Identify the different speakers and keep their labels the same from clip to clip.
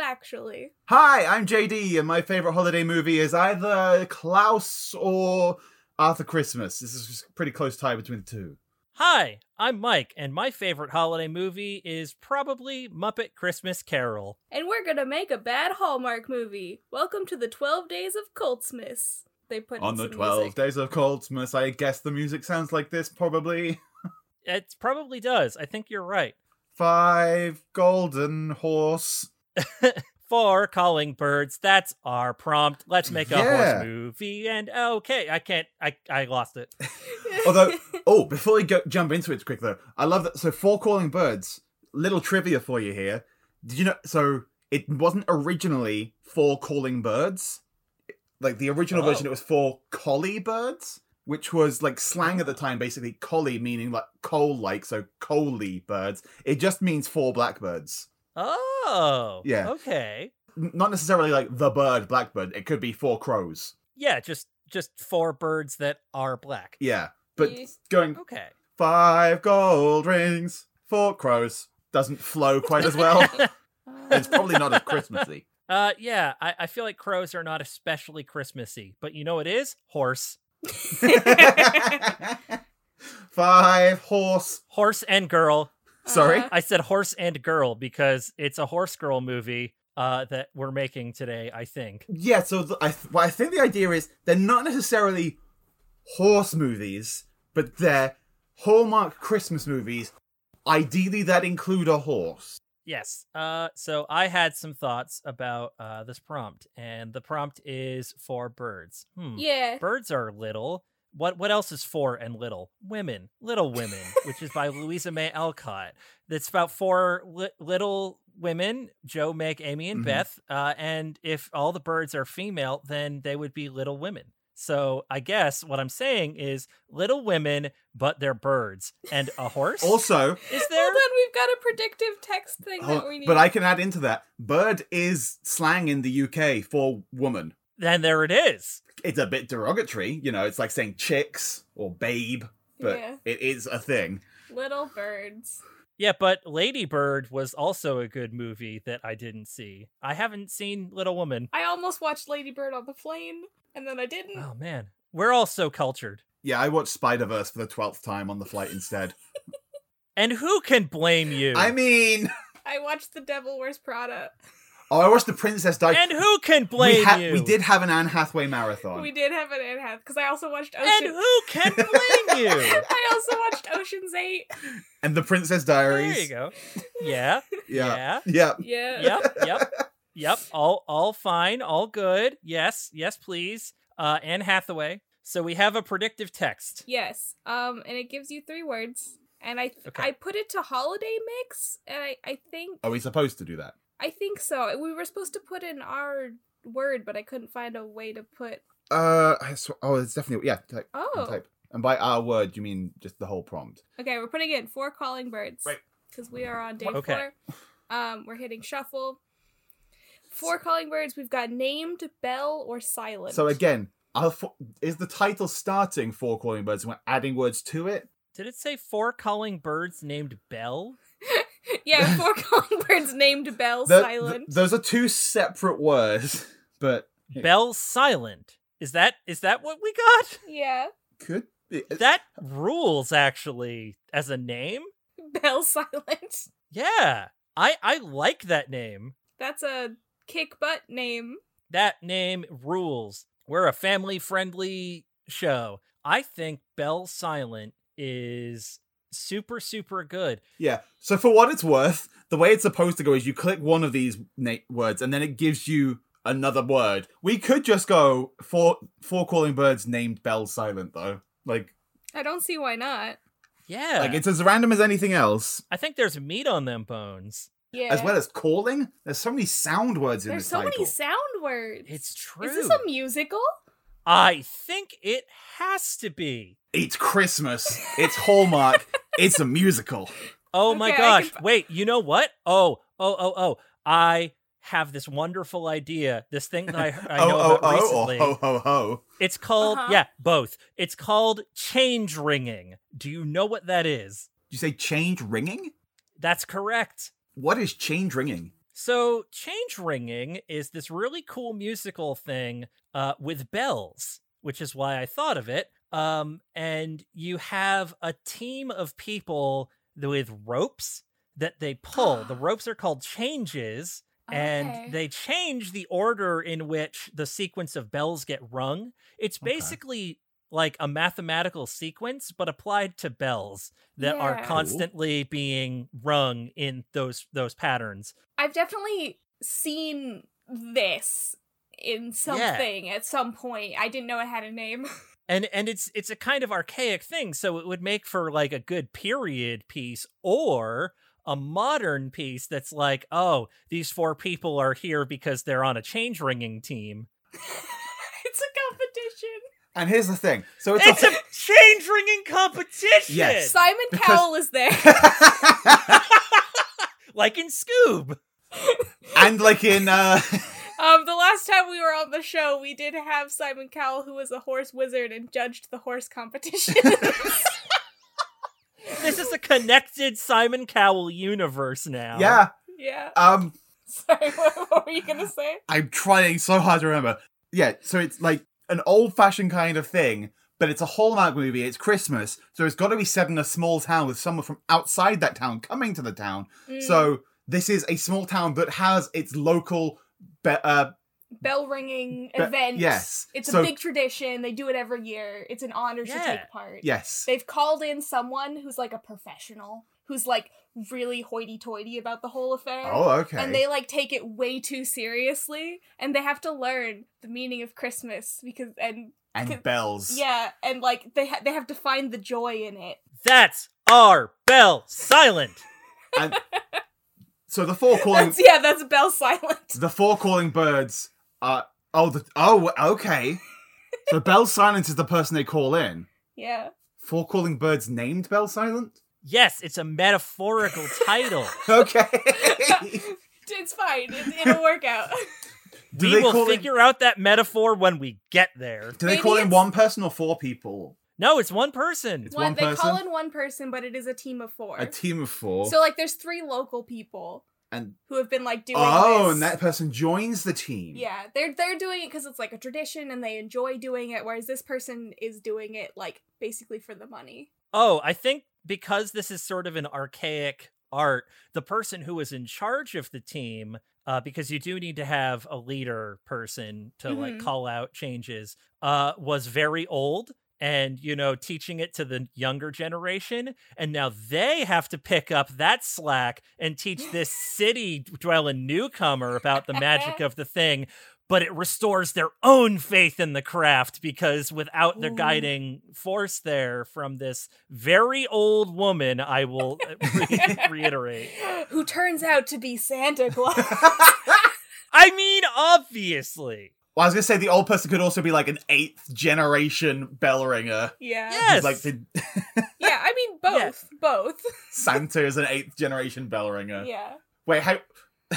Speaker 1: actually.
Speaker 2: Hi, I'm JD, and my favorite holiday movie is either Klaus or Arthur Christmas. This is just a pretty close tie between the two.
Speaker 3: Hi, I'm Mike, and my favorite holiday movie is probably Muppet Christmas Carol.
Speaker 1: And we're gonna make a bad Hallmark movie. Welcome to the 12 Days of Coltsmas. They put in
Speaker 2: On the
Speaker 1: some
Speaker 2: 12
Speaker 1: music.
Speaker 2: days of Coltsmas, I guess the music sounds like this probably.
Speaker 3: It probably does. I think you're right.
Speaker 2: Five golden horse.
Speaker 3: Four calling birds. That's our prompt. Let's make a
Speaker 2: Yeah.
Speaker 3: horse movie. And okay, I can't. I I lost it.
Speaker 2: Although, oh, before we go, jump into it quick though, I love that. So, four calling birds. Little trivia for you here. Did you know? So, it wasn't originally four calling birds. Like the original
Speaker 3: Oh.
Speaker 2: version, it was four collie birds, which was like slang at the time. Basically, collie meaning like coal-like, so collie birds. It just means four blackbirds.
Speaker 3: Oh.
Speaker 2: Yeah.
Speaker 3: Okay.
Speaker 2: N- Not necessarily like the bird blackbird. It could be four crows.
Speaker 3: Yeah. Just just four birds that are black.
Speaker 2: Yeah, but
Speaker 1: You-
Speaker 2: going
Speaker 3: Okay.
Speaker 2: five gold rings, four crows doesn't flow quite as well. it's probably not as Christmassy.
Speaker 3: Uh, yeah, I, I feel like crows are not especially Christmassy, but you know what is? Horse.
Speaker 2: Five horse.
Speaker 3: Horse and girl.
Speaker 2: Sorry?
Speaker 1: Uh,
Speaker 3: I said horse and girl because it's a horse girl movie uh, that we're making today, I think.
Speaker 2: Yeah, so th- I, th- well, I think the idea is they're not necessarily horse movies, but they're Hallmark Christmas movies. Ideally, that include a horse.
Speaker 3: Yes. Uh, so I had some thoughts about uh, this prompt, and the prompt is for birds. Hmm.
Speaker 1: yeah.
Speaker 3: Birds are little. What what else is four and little? Women, Little Women, which is by Louisa May Alcott. That's about four li- little women: Joe, Meg, Amy, and
Speaker 2: Mhm.
Speaker 3: Beth. Uh, and if all the birds are female, then they would be Little Women. So I guess what I'm saying is Little Women, but they're birds. And a horse
Speaker 2: Also,
Speaker 3: is there?
Speaker 1: Hold on, we've got a predictive text thing that we
Speaker 2: hold-
Speaker 1: need.
Speaker 2: Oh, but I can add into that bird is slang in the UK for woman.
Speaker 3: Then there it is.
Speaker 2: It's a bit derogatory, you know, it's like saying chicks or babe, but
Speaker 1: Yeah.
Speaker 2: it is a thing.
Speaker 1: Little birds.
Speaker 3: Yeah, but Lady Bird was also a good movie that I didn't see. I haven't seen Little Woman.
Speaker 1: I almost watched Lady Bird on the plane, and then I didn't.
Speaker 3: Oh man, we're all so cultured.
Speaker 2: Yeah, I watched Spider Verse for the twelfth time on the flight instead.
Speaker 3: And who can blame you?
Speaker 2: I mean,
Speaker 1: I watched The Devil Wears Prada.
Speaker 2: oh, I watched The Princess Die.
Speaker 3: and who can blame
Speaker 2: we, ha-
Speaker 3: you?
Speaker 2: we did have an Anne Hathaway marathon.
Speaker 1: We did have an Anne Hath because I also watched
Speaker 3: And
Speaker 1: Ocean.
Speaker 3: who can blame you?
Speaker 1: I also watched Ocean's Eight.
Speaker 2: And The Princess
Speaker 3: there
Speaker 2: Diaries.
Speaker 3: you go. Yeah.
Speaker 2: Yeah.
Speaker 3: Yeah.
Speaker 2: Yeah.
Speaker 1: Yeah.
Speaker 3: Yep. Yep. Yep. All all fine. All good. Yes. Yes, please. Uh Anne Hathaway. So we have a predictive text.
Speaker 1: Yes. Um, and it gives you three words. And I th-
Speaker 3: Okay.
Speaker 1: I put it to holiday mix, and I I think
Speaker 2: Are we supposed to do that?
Speaker 1: I think so. We were supposed to put in our word, but I couldn't find a way to put.
Speaker 2: Uh, I sw- oh, it's definitely yeah. Type,
Speaker 1: Oh,
Speaker 2: type. And by our word, you mean just the whole prompt.
Speaker 1: okay. We're putting in four calling birds.
Speaker 2: Right.
Speaker 1: Because we are on day
Speaker 3: Okay.
Speaker 1: four. Um, we're hitting shuffle. Four calling birds. We've got named, bell, or silent.
Speaker 2: So again, our fo- is the title starting for calling birds, and we're adding words to it.
Speaker 3: Did it say four calling birds named Bell?
Speaker 1: yeah, four calling birds named, bell,
Speaker 2: The-
Speaker 1: silent.
Speaker 2: th- those are two separate words, but Yeah.
Speaker 3: Bell Silent. Is that is that what we got?
Speaker 1: yeah,
Speaker 2: could be.
Speaker 3: That rules actually as a name.
Speaker 1: bell, silent.
Speaker 3: Yeah. I I like that name.
Speaker 1: That's a kick butt name.
Speaker 3: That name rules. We're a family friendly show. I think Bell Silent is super, super good.
Speaker 2: Yeah. So for what it's worth, the way it's supposed to go is you click one of these na- words and then it gives you another word. We could just go four four calling birds named Bell Silent though. Like
Speaker 1: I don't see why not.
Speaker 3: Yeah.
Speaker 2: like it's as random as anything else.
Speaker 3: I think there's meat on them bones.
Speaker 1: Yeah.
Speaker 2: As well as calling, there's so many sound words in
Speaker 1: There's
Speaker 2: this
Speaker 1: so
Speaker 2: title.
Speaker 1: many sound words.
Speaker 3: It's true.
Speaker 1: Is this a musical?
Speaker 3: I think it has to be.
Speaker 2: it's Christmas. It's Hallmark. it's a musical.
Speaker 3: Oh
Speaker 1: Okay,
Speaker 3: my
Speaker 1: I
Speaker 3: gosh.
Speaker 1: can fi-
Speaker 3: Wait, you know what? Oh, oh, oh, oh. I have this wonderful idea. This thing that I, I know
Speaker 2: oh, oh,
Speaker 3: about
Speaker 2: oh,
Speaker 3: recently.
Speaker 2: or ho, ho, ho.
Speaker 3: It's called,
Speaker 1: Uh-huh.
Speaker 3: yeah, both. It's called change ringing. Do you know what that is?
Speaker 2: You say change ringing?
Speaker 3: That's correct.
Speaker 2: What is change ringing?
Speaker 3: So, Change Ringing is this really cool musical thing uh, with bells, which is why I thought of it. Um, and you have a team of people with ropes that they pull. the ropes are called changes,
Speaker 1: Oh, Okay.
Speaker 3: and they change the order in which the sequence of bells get rung. It's
Speaker 2: Okay.
Speaker 3: basically like a mathematical sequence, but applied to bells that are
Speaker 1: Yeah. Cool.
Speaker 3: constantly being rung in those those patterns.
Speaker 1: I've definitely seen this in something at some point. I didn't know it had a name.
Speaker 3: and and it's it's a kind of archaic thing so it would make for like a good period piece or a modern piece that's like oh these four people are here because they're on a change ringing team
Speaker 1: it's a competition.
Speaker 2: And here's the thing. So it's,
Speaker 3: it's a change ringing competition
Speaker 2: Yes.
Speaker 1: Simon
Speaker 2: Because-
Speaker 1: Cowell is there.
Speaker 3: like in scoob
Speaker 2: and like in uh
Speaker 1: Um, the last time we were on the show, we did have Simon Cowell, who was a horse wizard and judged the horse competition.
Speaker 3: this is a connected simon cowell universe now
Speaker 2: yeah,
Speaker 1: yeah.
Speaker 2: um
Speaker 1: Sorry, what, what were you gonna say?
Speaker 2: I'm trying so hard to remember. Yeah, so it's like an old-fashioned kind of thing, but it's a Hallmark movie. It's Christmas, so it's got to be set in a small town with someone from outside that town coming to the town.
Speaker 1: Hmm. Mm,
Speaker 2: So this is a small town that has its local. Be- uh,
Speaker 1: bell ringing
Speaker 2: Be-
Speaker 1: event.
Speaker 2: yes.
Speaker 1: It's
Speaker 2: So-
Speaker 1: a big tradition. They do it every year. It's an honor to
Speaker 3: Yeah.
Speaker 1: take part.
Speaker 2: yes,
Speaker 1: They've called in someone who's like a professional, who's like really hoity toity about the whole affair.
Speaker 2: Oh, okay.
Speaker 1: And they like take it way too seriously, and they have to learn the meaning of Christmas because and
Speaker 2: and bells.
Speaker 1: yeah, and like they ha- they have to find the joy in it.
Speaker 3: that's our bell silent
Speaker 2: So the four calling
Speaker 1: That's, yeah, that's Bell Silent.
Speaker 2: the four calling birds are oh the oh okay. so Bell Silent is the person they call in.
Speaker 1: Yeah,
Speaker 2: Four calling birds named Bell Silent.
Speaker 3: yes it's a metaphorical title
Speaker 2: Okay.
Speaker 1: it's fine. It, it'll work out.
Speaker 2: Do
Speaker 3: we will
Speaker 2: call in-
Speaker 3: figure out that metaphor when we get there
Speaker 2: Do they
Speaker 1: Maybe
Speaker 2: call in
Speaker 1: it's-
Speaker 2: one person or four people?
Speaker 3: No, it's one person.
Speaker 2: It's
Speaker 1: one,
Speaker 2: one
Speaker 1: they call
Speaker 2: person?
Speaker 1: in one person, but it is a team of four.
Speaker 2: A team of four.
Speaker 1: So like, there's three local people
Speaker 2: and
Speaker 1: who have been like doing.
Speaker 2: oh,
Speaker 1: this.
Speaker 2: and that person joins the team.
Speaker 1: Yeah, they're they're doing it because it's like a tradition and they enjoy doing it, whereas this person is doing it like basically for the money.
Speaker 3: Oh, I think because this is sort of an archaic art, the person who is in charge of the team, uh, because you do need to have a leader person to like
Speaker 1: Mhm.
Speaker 3: call out changes, uh, was very old and you know teaching it to the younger generation and now they have to pick up that slack and teach this city dwelling newcomer about the magic of the thing but it restores their own faith in the craft because without the
Speaker 1: Ooh.
Speaker 3: guiding force there from this very old woman, I will re- reiterate.
Speaker 1: Who turns out to be Santa Claus.
Speaker 3: I mean, obviously.
Speaker 2: Well, I was gonna say the old person could also be like an eighth generation bell ringer.
Speaker 1: yeah.
Speaker 3: Yeah. Yes.
Speaker 2: Like the,
Speaker 1: Yeah, I mean both. Both.
Speaker 2: Santa is an eighth generation bell ringer.
Speaker 1: Yeah.
Speaker 2: Wait, how?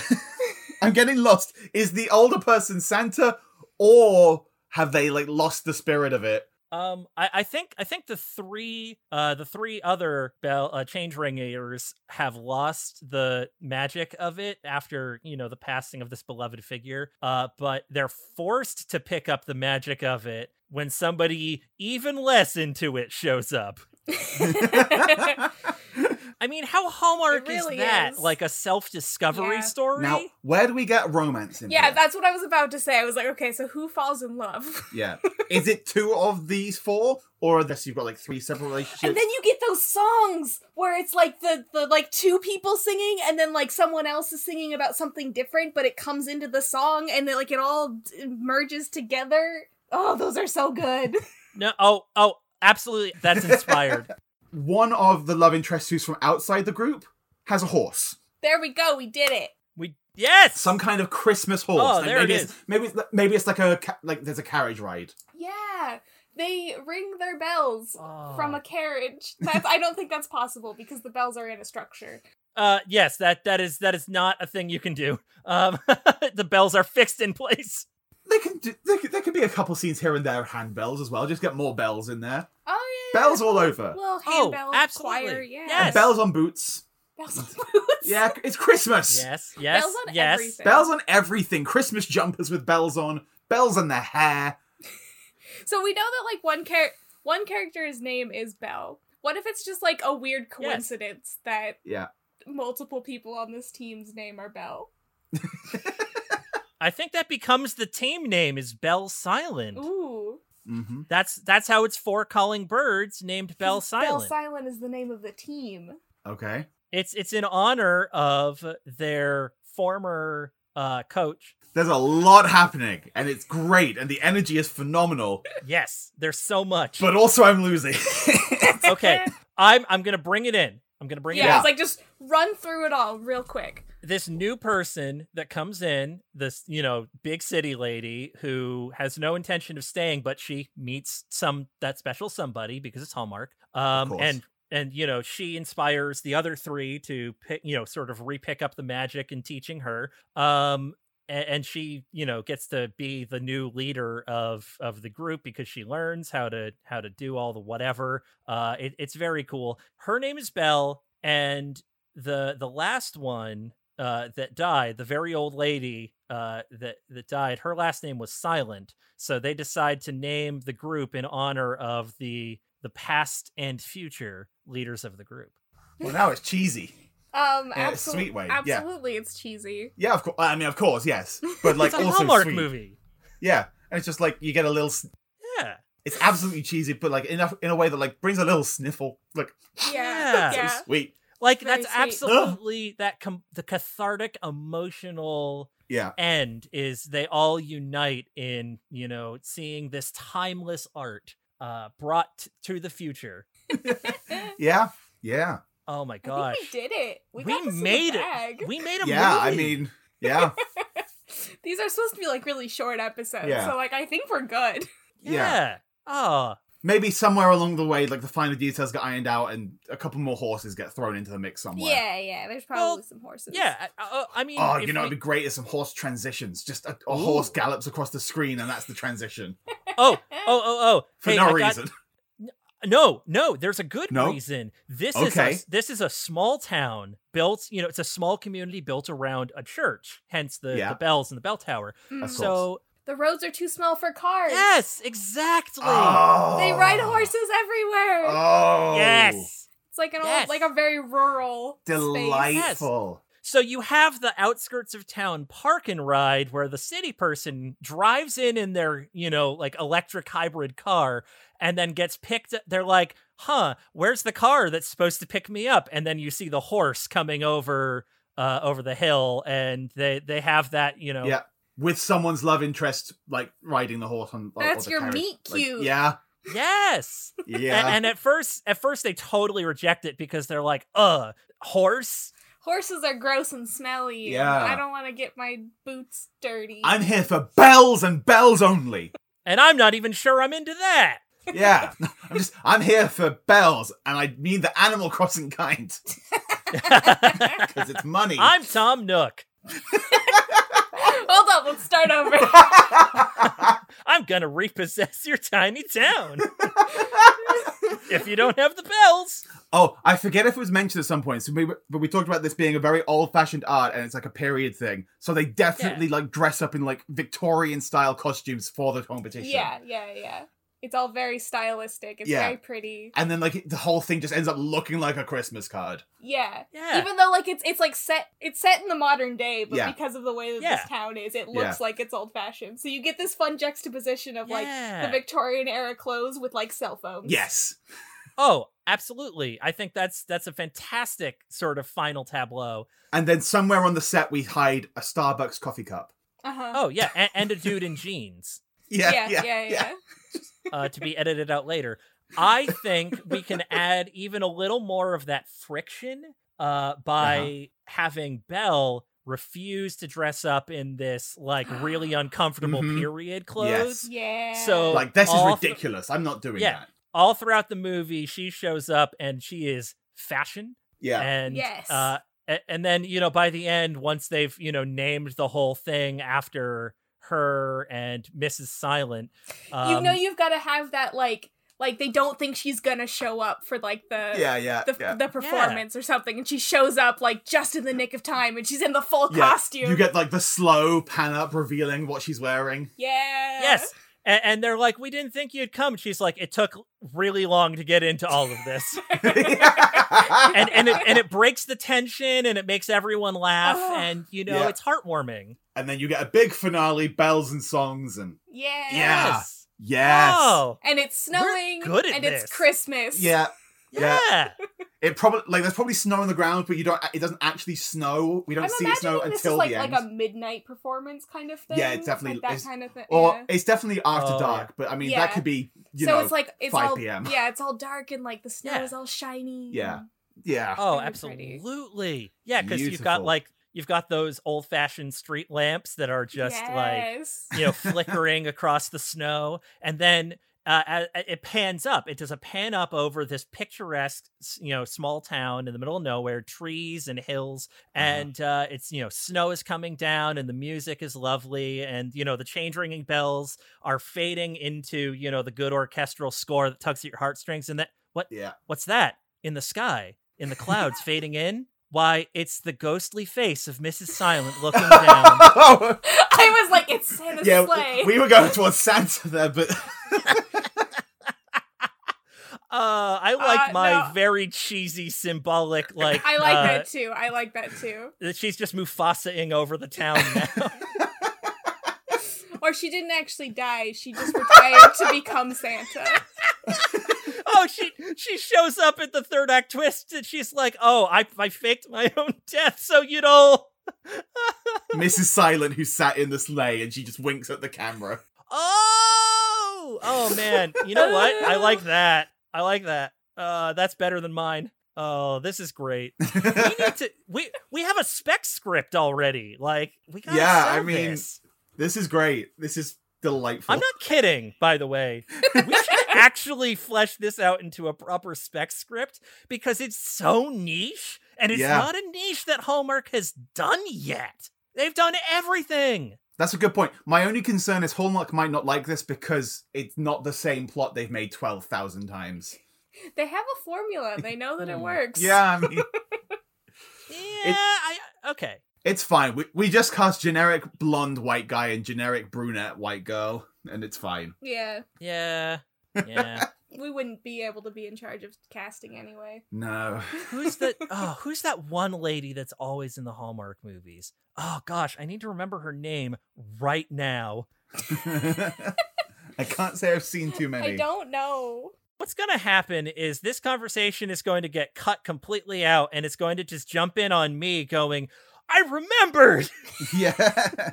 Speaker 2: I'm getting lost. Is the older person Santa, or have they like lost the spirit of it?
Speaker 3: Um, I, I think I think the three uh the three other bell uh, change ringers have lost the magic of it after you know the passing of this beloved figure. Uh, but they're forced to pick up the magic of it when somebody even less into it shows up. I mean, how
Speaker 1: It
Speaker 3: hallmark
Speaker 1: really
Speaker 3: is that?
Speaker 1: is.
Speaker 3: Like a self-discovery
Speaker 1: Yeah.
Speaker 3: story?
Speaker 2: now, where do we get romance in?
Speaker 1: yeah,
Speaker 2: here?
Speaker 1: that's what I was about to say. I was like, okay, so who falls in love?
Speaker 2: yeah. Is it two of these four, or unless you've got like three separate relationships?
Speaker 1: And then you get those songs where it's like the, the like two people singing and then like someone else is singing about something different, but it comes into the song and then like it all d- merges together. Oh, those are so good.
Speaker 3: no, oh, oh, absolutely. That's inspired.
Speaker 2: one of the love interests who's from outside the group has a horse.
Speaker 1: There we go, we did it.
Speaker 3: we yes.
Speaker 2: Some kind of Christmas horse.
Speaker 3: Oh,
Speaker 2: Like,
Speaker 3: there it
Speaker 2: maybe it's-
Speaker 3: is.
Speaker 2: Maybe it's, maybe it's like a ca- like there's a carriage ride.
Speaker 1: Yeah. They ring their bells
Speaker 3: Oh.
Speaker 1: from a carriage. That's, I don't think that's possible because the bells are in a structure.
Speaker 3: uh yes, that that is that is not a thing you can do. Um the bells are fixed in place.
Speaker 2: They can do, they could, there could be a couple scenes here and there of hand bells as well. Just get more bells in there.
Speaker 1: Oh yeah.
Speaker 2: Bells all over.
Speaker 1: Little
Speaker 3: Oh,
Speaker 1: handbell
Speaker 3: absolutely.
Speaker 1: choir, yeah.
Speaker 3: Yes.
Speaker 2: Bells on boots.
Speaker 1: Bells on boots.
Speaker 2: Yeah, it's Christmas.
Speaker 3: Yes, yes,
Speaker 1: Bells on
Speaker 3: yes.
Speaker 1: everything.
Speaker 2: Bells on everything. Christmas jumpers with bells on. Bells on their hair.
Speaker 1: So we know that like one char- one character's name is Belle. What if it's just like a weird coincidence that
Speaker 2: Yeah.
Speaker 1: multiple people on this team's name are Belle?
Speaker 3: I think that becomes the team name is Bell Silent.
Speaker 1: Ooh.
Speaker 2: Mm-hmm.
Speaker 3: That's that's how it's for calling birds named Bell
Speaker 1: Belle
Speaker 3: Silent.
Speaker 1: Silent is the name of the team.
Speaker 2: Okay.
Speaker 3: it's it's in honor of their former uh coach.
Speaker 2: There's a lot happening, and it's great, and the energy is phenomenal.
Speaker 3: Yes, there's so much.
Speaker 2: But also, I'm losing.
Speaker 3: okay, I'm I'm gonna bring it in. I'm gonna bring
Speaker 1: Eh. yeah,
Speaker 3: it in.
Speaker 1: it's like just run through it all real quick.
Speaker 3: this new person that comes in, this, you know, big city lady who has no intention of staying, but she meets some that special somebody because it's Hallmark. Um
Speaker 2: course.
Speaker 3: and and you know, she inspires the other three to pick, you know, sort of repick up the magic and teaching her. Um a- and, she, you know, gets to be the new leader of of the group because she learns how to how to do all the whatever. Uh it, it's very cool. Her name is Belle and the the last one uh, that died, the very old lady uh, that that died, her last name was Silent. So they decide to name the group in honor of the the past and future leaders of the group.
Speaker 2: well, now it's cheesy.
Speaker 1: Um
Speaker 2: In a
Speaker 1: absol-
Speaker 2: sweet way, yeah.
Speaker 1: absolutely it's cheesy.
Speaker 2: Yeah, of course. I mean, of course, yes. But like,
Speaker 3: it's a
Speaker 2: also
Speaker 3: Hallmark
Speaker 2: sweet.
Speaker 3: movie.
Speaker 2: Yeah, and it's just like you get a little. s-
Speaker 3: Yeah.
Speaker 2: It's absolutely cheesy, but like enough in a way that like brings a little sniffle. Like
Speaker 1: Yeah.
Speaker 3: Yeah.
Speaker 1: yeah.
Speaker 2: sweet.
Speaker 3: Like
Speaker 1: Very
Speaker 3: that's
Speaker 1: sweet.
Speaker 3: absolutely that com- the cathartic emotional
Speaker 2: Yeah.
Speaker 3: end is they all unite in, you know, seeing this timeless art uh brought to the future.
Speaker 2: Yeah. Yeah.
Speaker 3: Oh my
Speaker 1: I
Speaker 3: gosh.
Speaker 1: think we did it. We,
Speaker 3: We
Speaker 1: got this
Speaker 3: made
Speaker 1: in the
Speaker 3: it.
Speaker 1: bag.
Speaker 3: We made a
Speaker 2: yeah. I
Speaker 3: movie.
Speaker 2: mean, yeah.
Speaker 1: These are supposed to be like really short episodes,
Speaker 2: Yeah.
Speaker 1: so like I think we're good.
Speaker 2: Yeah.
Speaker 3: Yeah. Oh,
Speaker 2: Maybe somewhere along the way, like the finer details get ironed out, and a couple more horses get thrown into the mix somewhere.
Speaker 1: yeah. There's
Speaker 3: Well,
Speaker 1: some horses.
Speaker 3: yeah. I- I, I mean,
Speaker 2: Oh,
Speaker 3: if
Speaker 2: you know,
Speaker 3: we-
Speaker 2: it'd be great is some horse transitions. Just a, a
Speaker 3: Ooh.
Speaker 2: horse gallops across the screen, and that's the transition
Speaker 3: oh, oh, oh, oh.
Speaker 2: for
Speaker 3: Hey,
Speaker 2: no
Speaker 3: I got-
Speaker 2: reason.
Speaker 3: no, no. There's a good
Speaker 2: No?
Speaker 3: reason. This
Speaker 2: Okay.
Speaker 3: is a, this is a small town built. You know, it's a small community built around a church. Hence the,
Speaker 2: Yeah.
Speaker 3: the bells and the bell tower.
Speaker 1: Mm.
Speaker 2: Of course.
Speaker 3: So
Speaker 1: The roads are too small for cars.
Speaker 3: yes, exactly.
Speaker 2: Oh.
Speaker 1: They ride horses everywhere.
Speaker 2: Oh,
Speaker 3: Yes.
Speaker 1: it's like an
Speaker 3: yes.
Speaker 1: old, like a very rural space.
Speaker 2: delightful.
Speaker 3: So you have the outskirts of town park and ride where the city person drives in in their, you know, like electric hybrid car and then gets picked up. They're like, "Huh, where's the car that's supposed to pick me up?" And then you see the horse coming over uh over the hill and they they have that, you know,
Speaker 2: Yeah. With someone's love interest, like riding the horse on. or- or
Speaker 1: That's
Speaker 2: the
Speaker 1: your
Speaker 2: carriage.
Speaker 1: meat
Speaker 2: Like,
Speaker 1: cute.
Speaker 2: yeah,
Speaker 3: yes. A-
Speaker 2: yeah.
Speaker 3: and at first at first they totally reject it because they're like, "Uh, horse?"
Speaker 1: Horses are gross and smelly. and
Speaker 2: Yeah.
Speaker 1: I don't want to get my boots dirty.
Speaker 2: I'm here for bells and bells only.
Speaker 3: And I'm not even sure I'm into that.
Speaker 2: Yeah, I'm just I'm here for bells, and I mean the Animal Crossing kind because it's money.
Speaker 3: I'm Tom Nook.
Speaker 1: Hold up, let's start over.
Speaker 3: I'm gonna repossess your tiny town if you don't have the bells.
Speaker 2: oh, I forget if it was mentioned at some point. So we were- but we talked about this being a very old-fashioned art, and it's like a period thing. So they definitely like dress up in like Victorian-style costumes for the competition.
Speaker 1: yeah, yeah, yeah. It's all very stylistic. It's
Speaker 2: Yeah.
Speaker 1: very pretty.
Speaker 2: and then like the whole thing just ends up looking like a Christmas card.
Speaker 1: Yeah.
Speaker 3: Yeah,
Speaker 1: Even though like it's it's like set it's set in the modern day, but
Speaker 2: Yeah.
Speaker 1: because of the way that
Speaker 3: Yeah.
Speaker 1: this town is, it
Speaker 2: Yeah.
Speaker 1: looks like it's old fashioned. So you get this fun juxtaposition of like
Speaker 3: yeah.
Speaker 1: the Victorian era clothes with like cell phones.
Speaker 2: Yes.
Speaker 3: oh, absolutely. I think that's that's a fantastic sort of final tableau.
Speaker 2: And then somewhere on the set we hide a Starbucks coffee cup.
Speaker 1: Uh-huh.
Speaker 3: Oh yeah, and, and a dude in jeans
Speaker 2: Yeah, yeah,
Speaker 1: yeah, yeah. yeah.
Speaker 3: uh, to be edited out later. I think we can add even a little more of that friction uh, by having Belle refuse to dress up in this like really uncomfortable
Speaker 2: Mhm.
Speaker 3: period clothes. So-
Speaker 2: Like this is
Speaker 3: All th-
Speaker 2: ridiculous. I'm not doing
Speaker 3: Yeah.
Speaker 2: that.
Speaker 3: all throughout the movie she shows up and she is fashion
Speaker 2: Yeah.
Speaker 3: and
Speaker 1: Yes.
Speaker 3: uh a- and then you know by the end once they've you know named the whole thing after her and Mrs. Silent um,
Speaker 2: um,
Speaker 1: you know you've got to have that like like they don't think she's gonna show up for like the
Speaker 2: Yeah, yeah,
Speaker 1: Uh, the,
Speaker 2: yeah.
Speaker 1: the performance or something, and she shows up like just in the nick of time, and she's in the full
Speaker 2: Yeah,
Speaker 1: costume.
Speaker 2: You get like the slow pan up revealing what she's wearing.
Speaker 1: yeah.
Speaker 3: Yes. And, and they're like, we didn't think you'd come. She's like, it took really long to get into all of this. and and it and it breaks the tension and it makes everyone laugh
Speaker 1: Ugh.
Speaker 3: and you know
Speaker 2: Yeah.
Speaker 3: it's heartwarming.
Speaker 2: And then you get a big finale, bells and songs, and
Speaker 1: Yeah.
Speaker 2: Yeah.
Speaker 3: Yes.
Speaker 2: yes,
Speaker 3: Oh.
Speaker 1: And it's snowing.
Speaker 3: good at
Speaker 1: and
Speaker 3: this.
Speaker 1: it's Christmas.
Speaker 2: yeah,
Speaker 3: Yeah.
Speaker 2: Yeah. It probably like there's probably snow on the ground, but you don't. It doesn't actually snow. We don't
Speaker 1: I'm
Speaker 2: see it
Speaker 1: imagining
Speaker 2: snow
Speaker 1: this
Speaker 2: until
Speaker 1: is like
Speaker 2: the end.
Speaker 1: like a midnight performance kind of thing.
Speaker 2: Yeah, it's definitely-
Speaker 1: like that
Speaker 2: it's-
Speaker 1: kind of thing.
Speaker 2: or
Speaker 1: yeah.
Speaker 2: it's definitely after
Speaker 3: Oh, yeah.
Speaker 2: dark, but I mean
Speaker 1: Yeah.
Speaker 2: that could be you
Speaker 1: so
Speaker 2: know
Speaker 1: it's like it's
Speaker 2: 5
Speaker 1: all
Speaker 2: p.m..
Speaker 1: yeah, it's all dark and like the snow
Speaker 3: Yeah.
Speaker 1: is all shiny.
Speaker 2: Yeah.
Speaker 1: and-
Speaker 2: yeah
Speaker 3: Oh,
Speaker 1: Very pretty.
Speaker 3: absolutely. Yeah, because you've got
Speaker 2: Beautiful.
Speaker 3: like you've got those old fashioned street lamps that are just like
Speaker 1: Yes.
Speaker 3: you know flickering across the snow, and then uh, a- a- it pans up. It does a pan up over this picturesque, s- you know, small town in the middle of nowhere, trees and hills,
Speaker 2: Uh-huh.
Speaker 3: and uh, it's you know snow is coming down, and the music is lovely, and you know the change ringing bells are fading into you know the good orchestral score that tugs at your heartstrings, and that what
Speaker 2: yeah.
Speaker 3: What's that in the sky, in the clouds fading in? Why, it's the ghostly face of Mrs. Silent looking down.
Speaker 1: I was like, it's Santa's
Speaker 2: yeah,
Speaker 1: sleigh.
Speaker 2: we were going towards Santa there, but
Speaker 3: Uh, I like
Speaker 1: Uh,
Speaker 3: my
Speaker 1: no.
Speaker 3: very cheesy, symbolic, like.
Speaker 1: I like
Speaker 3: uh,
Speaker 1: that too. I like that too.
Speaker 3: that She's just Mufasa-ing over the town now.
Speaker 1: Or she didn't actually die. She just retired to become Santa.
Speaker 3: oh, she she shows up at the third act twist, and she's like, "Oh, I I faked my own death, so you'd all."
Speaker 2: Mrs. Silent who sat in the sleigh and she just winks at the camera.
Speaker 3: Oh, oh man, you know what? I like that. I like that. Uh, that's better than mine. Oh, this is great. we need to we we have a spec script already. Like we gotta
Speaker 2: Yeah,
Speaker 3: sell
Speaker 2: I mean,
Speaker 3: this.
Speaker 2: this is great. This is delightful.
Speaker 3: I'm not kidding, by the way. We should actually flesh this out into a proper spec script because it's so niche and it's
Speaker 2: Yeah.
Speaker 3: not a niche that Hallmark has done yet. They've done everything.
Speaker 2: That's a good point. My only concern is Hallmark might not like this because it's not the same plot they've made 12,000 times.
Speaker 1: They have a formula. They know that it
Speaker 3: Hmm.
Speaker 1: works.
Speaker 2: Yeah, I mean,
Speaker 3: Yeah, I okay.
Speaker 2: it's fine. We, we just cast generic blonde white guy and generic brunette white girl, and it's fine.
Speaker 1: Yeah.
Speaker 3: Yeah. Yeah.
Speaker 1: We wouldn't be able to be in charge of casting anyway.
Speaker 2: No.
Speaker 3: who's the oh, who's that one lady that's always in the Hallmark movies? Oh gosh, I need to remember her name right now.
Speaker 2: I can't say I've seen too many.
Speaker 1: I don't know.
Speaker 3: what's going to happen is this conversation is going to get cut completely out and it's going to just jump in on me going i remembered
Speaker 2: Yeah.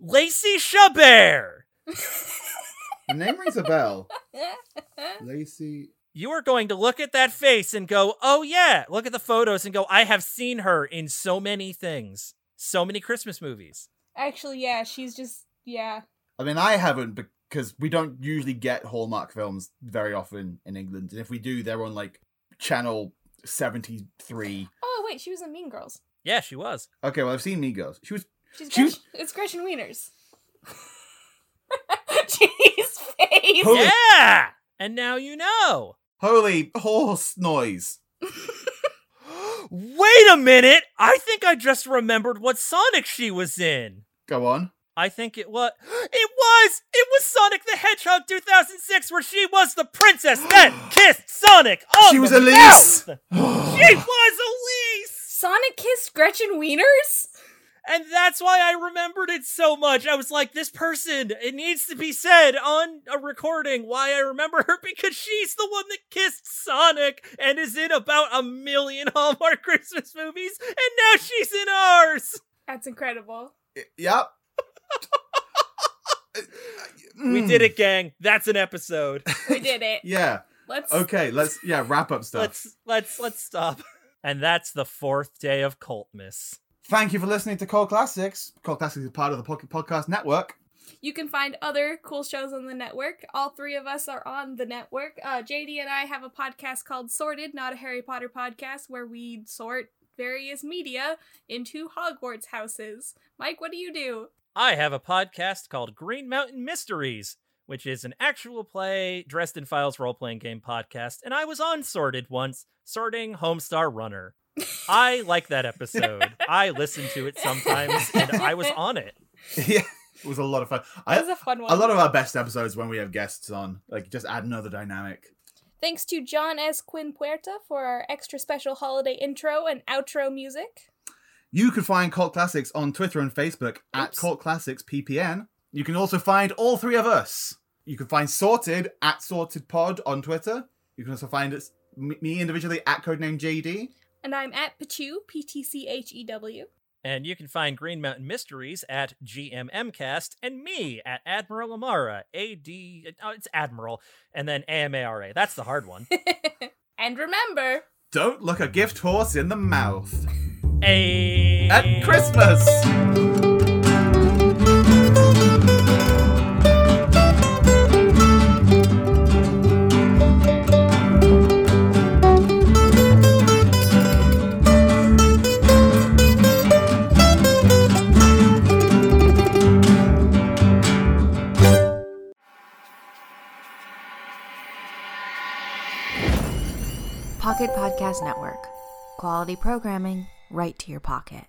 Speaker 3: lacey chabert
Speaker 2: the name rings a bell. Lacey.
Speaker 3: you are going to look at that face and go oh yeah look at the photos and go i have seen her in so many things so many christmas movies
Speaker 1: Actually, yeah, she's just yeah.
Speaker 2: I mean, I haven't because we don't usually get Hallmark films very often in England, and if we do, they're on like channel seventy-three.
Speaker 1: Oh wait, she was in Mean Girls.
Speaker 3: yeah she was
Speaker 2: Okay, well, I've seen Migos. She was.
Speaker 1: She's
Speaker 2: She
Speaker 1: Gretchen,
Speaker 2: was-
Speaker 1: it's Gretchen Wieners. Jeez, face.
Speaker 2: Holy-
Speaker 3: yeah and now you know
Speaker 2: Holy horse noise!
Speaker 3: wait a minute i think i just remembered what sonic she was in
Speaker 2: Go on.
Speaker 3: I think it was. It was. It was Sonic the Hedgehog 2006, where she was the princess that kissed Sonic. On
Speaker 2: She was
Speaker 3: the
Speaker 2: Elise!
Speaker 3: mouth. She was Elise,
Speaker 1: Sonic kissed Gretchen Wieners?
Speaker 3: and that's why I remembered it so much. I was like, this person. It needs to be said on a recording why I remember her because she's the one that kissed Sonic and is in about a million Hallmark Christmas movies, and now she's in ours.
Speaker 1: That's incredible.
Speaker 2: Y- yep.
Speaker 3: We
Speaker 2: Mm.
Speaker 3: did it, gang. That's an episode.
Speaker 1: We did it.
Speaker 2: Yeah.
Speaker 1: Let's
Speaker 2: Okay. Let's. Yeah. Wrap up stuff.
Speaker 3: Let's let's let's stop. And that's the fourth day of Coltmas.
Speaker 2: Thank you for listening to Cold Classics. Cold Classics is part of the Pocket Podcast Network.
Speaker 1: You can find other cool shows on the network. All three of us are on the network. Uh, JD and I have a podcast called Sorted, not a Harry Potter podcast, where we sort various media into Hogwarts houses. Mike, what do you do?
Speaker 3: I have a podcast called Green Mountain Mysteries, which is an actual play Dresden Files role playing game podcast, and I was on Sorted once, sorting Homestar Runner. I like that episode. I listen to it sometimes, and I was on it.
Speaker 2: yeah, it was a lot of fun. I,
Speaker 1: That was a fun one.
Speaker 2: a lot of our best episodes when we have guests on, like just add another dynamic.
Speaker 1: Thanks to John S. Quinn Puerta for our extra special holiday intro and outro music.
Speaker 2: You can find Cult Classics on Twitter and Facebook at
Speaker 1: Oops.
Speaker 2: Cult Classics PPN. You can also find all three of us. You can find Sorted at Sorted Pod on Twitter. You can also find us, m- me individually at Codename JD.
Speaker 1: And I'm at Pachew, P T C H E W.
Speaker 3: And you can find Green Mountain Mysteries at GMMcast and me at Admiral Amara, A D. Oh, it's Admiral, and then AMARA. That's the hard one.
Speaker 1: And remember,
Speaker 2: Don't look a gift horse in the mouth
Speaker 3: A.
Speaker 2: at Christmas.
Speaker 4: Pocket Podcast Network. Quality programming right to your pocket.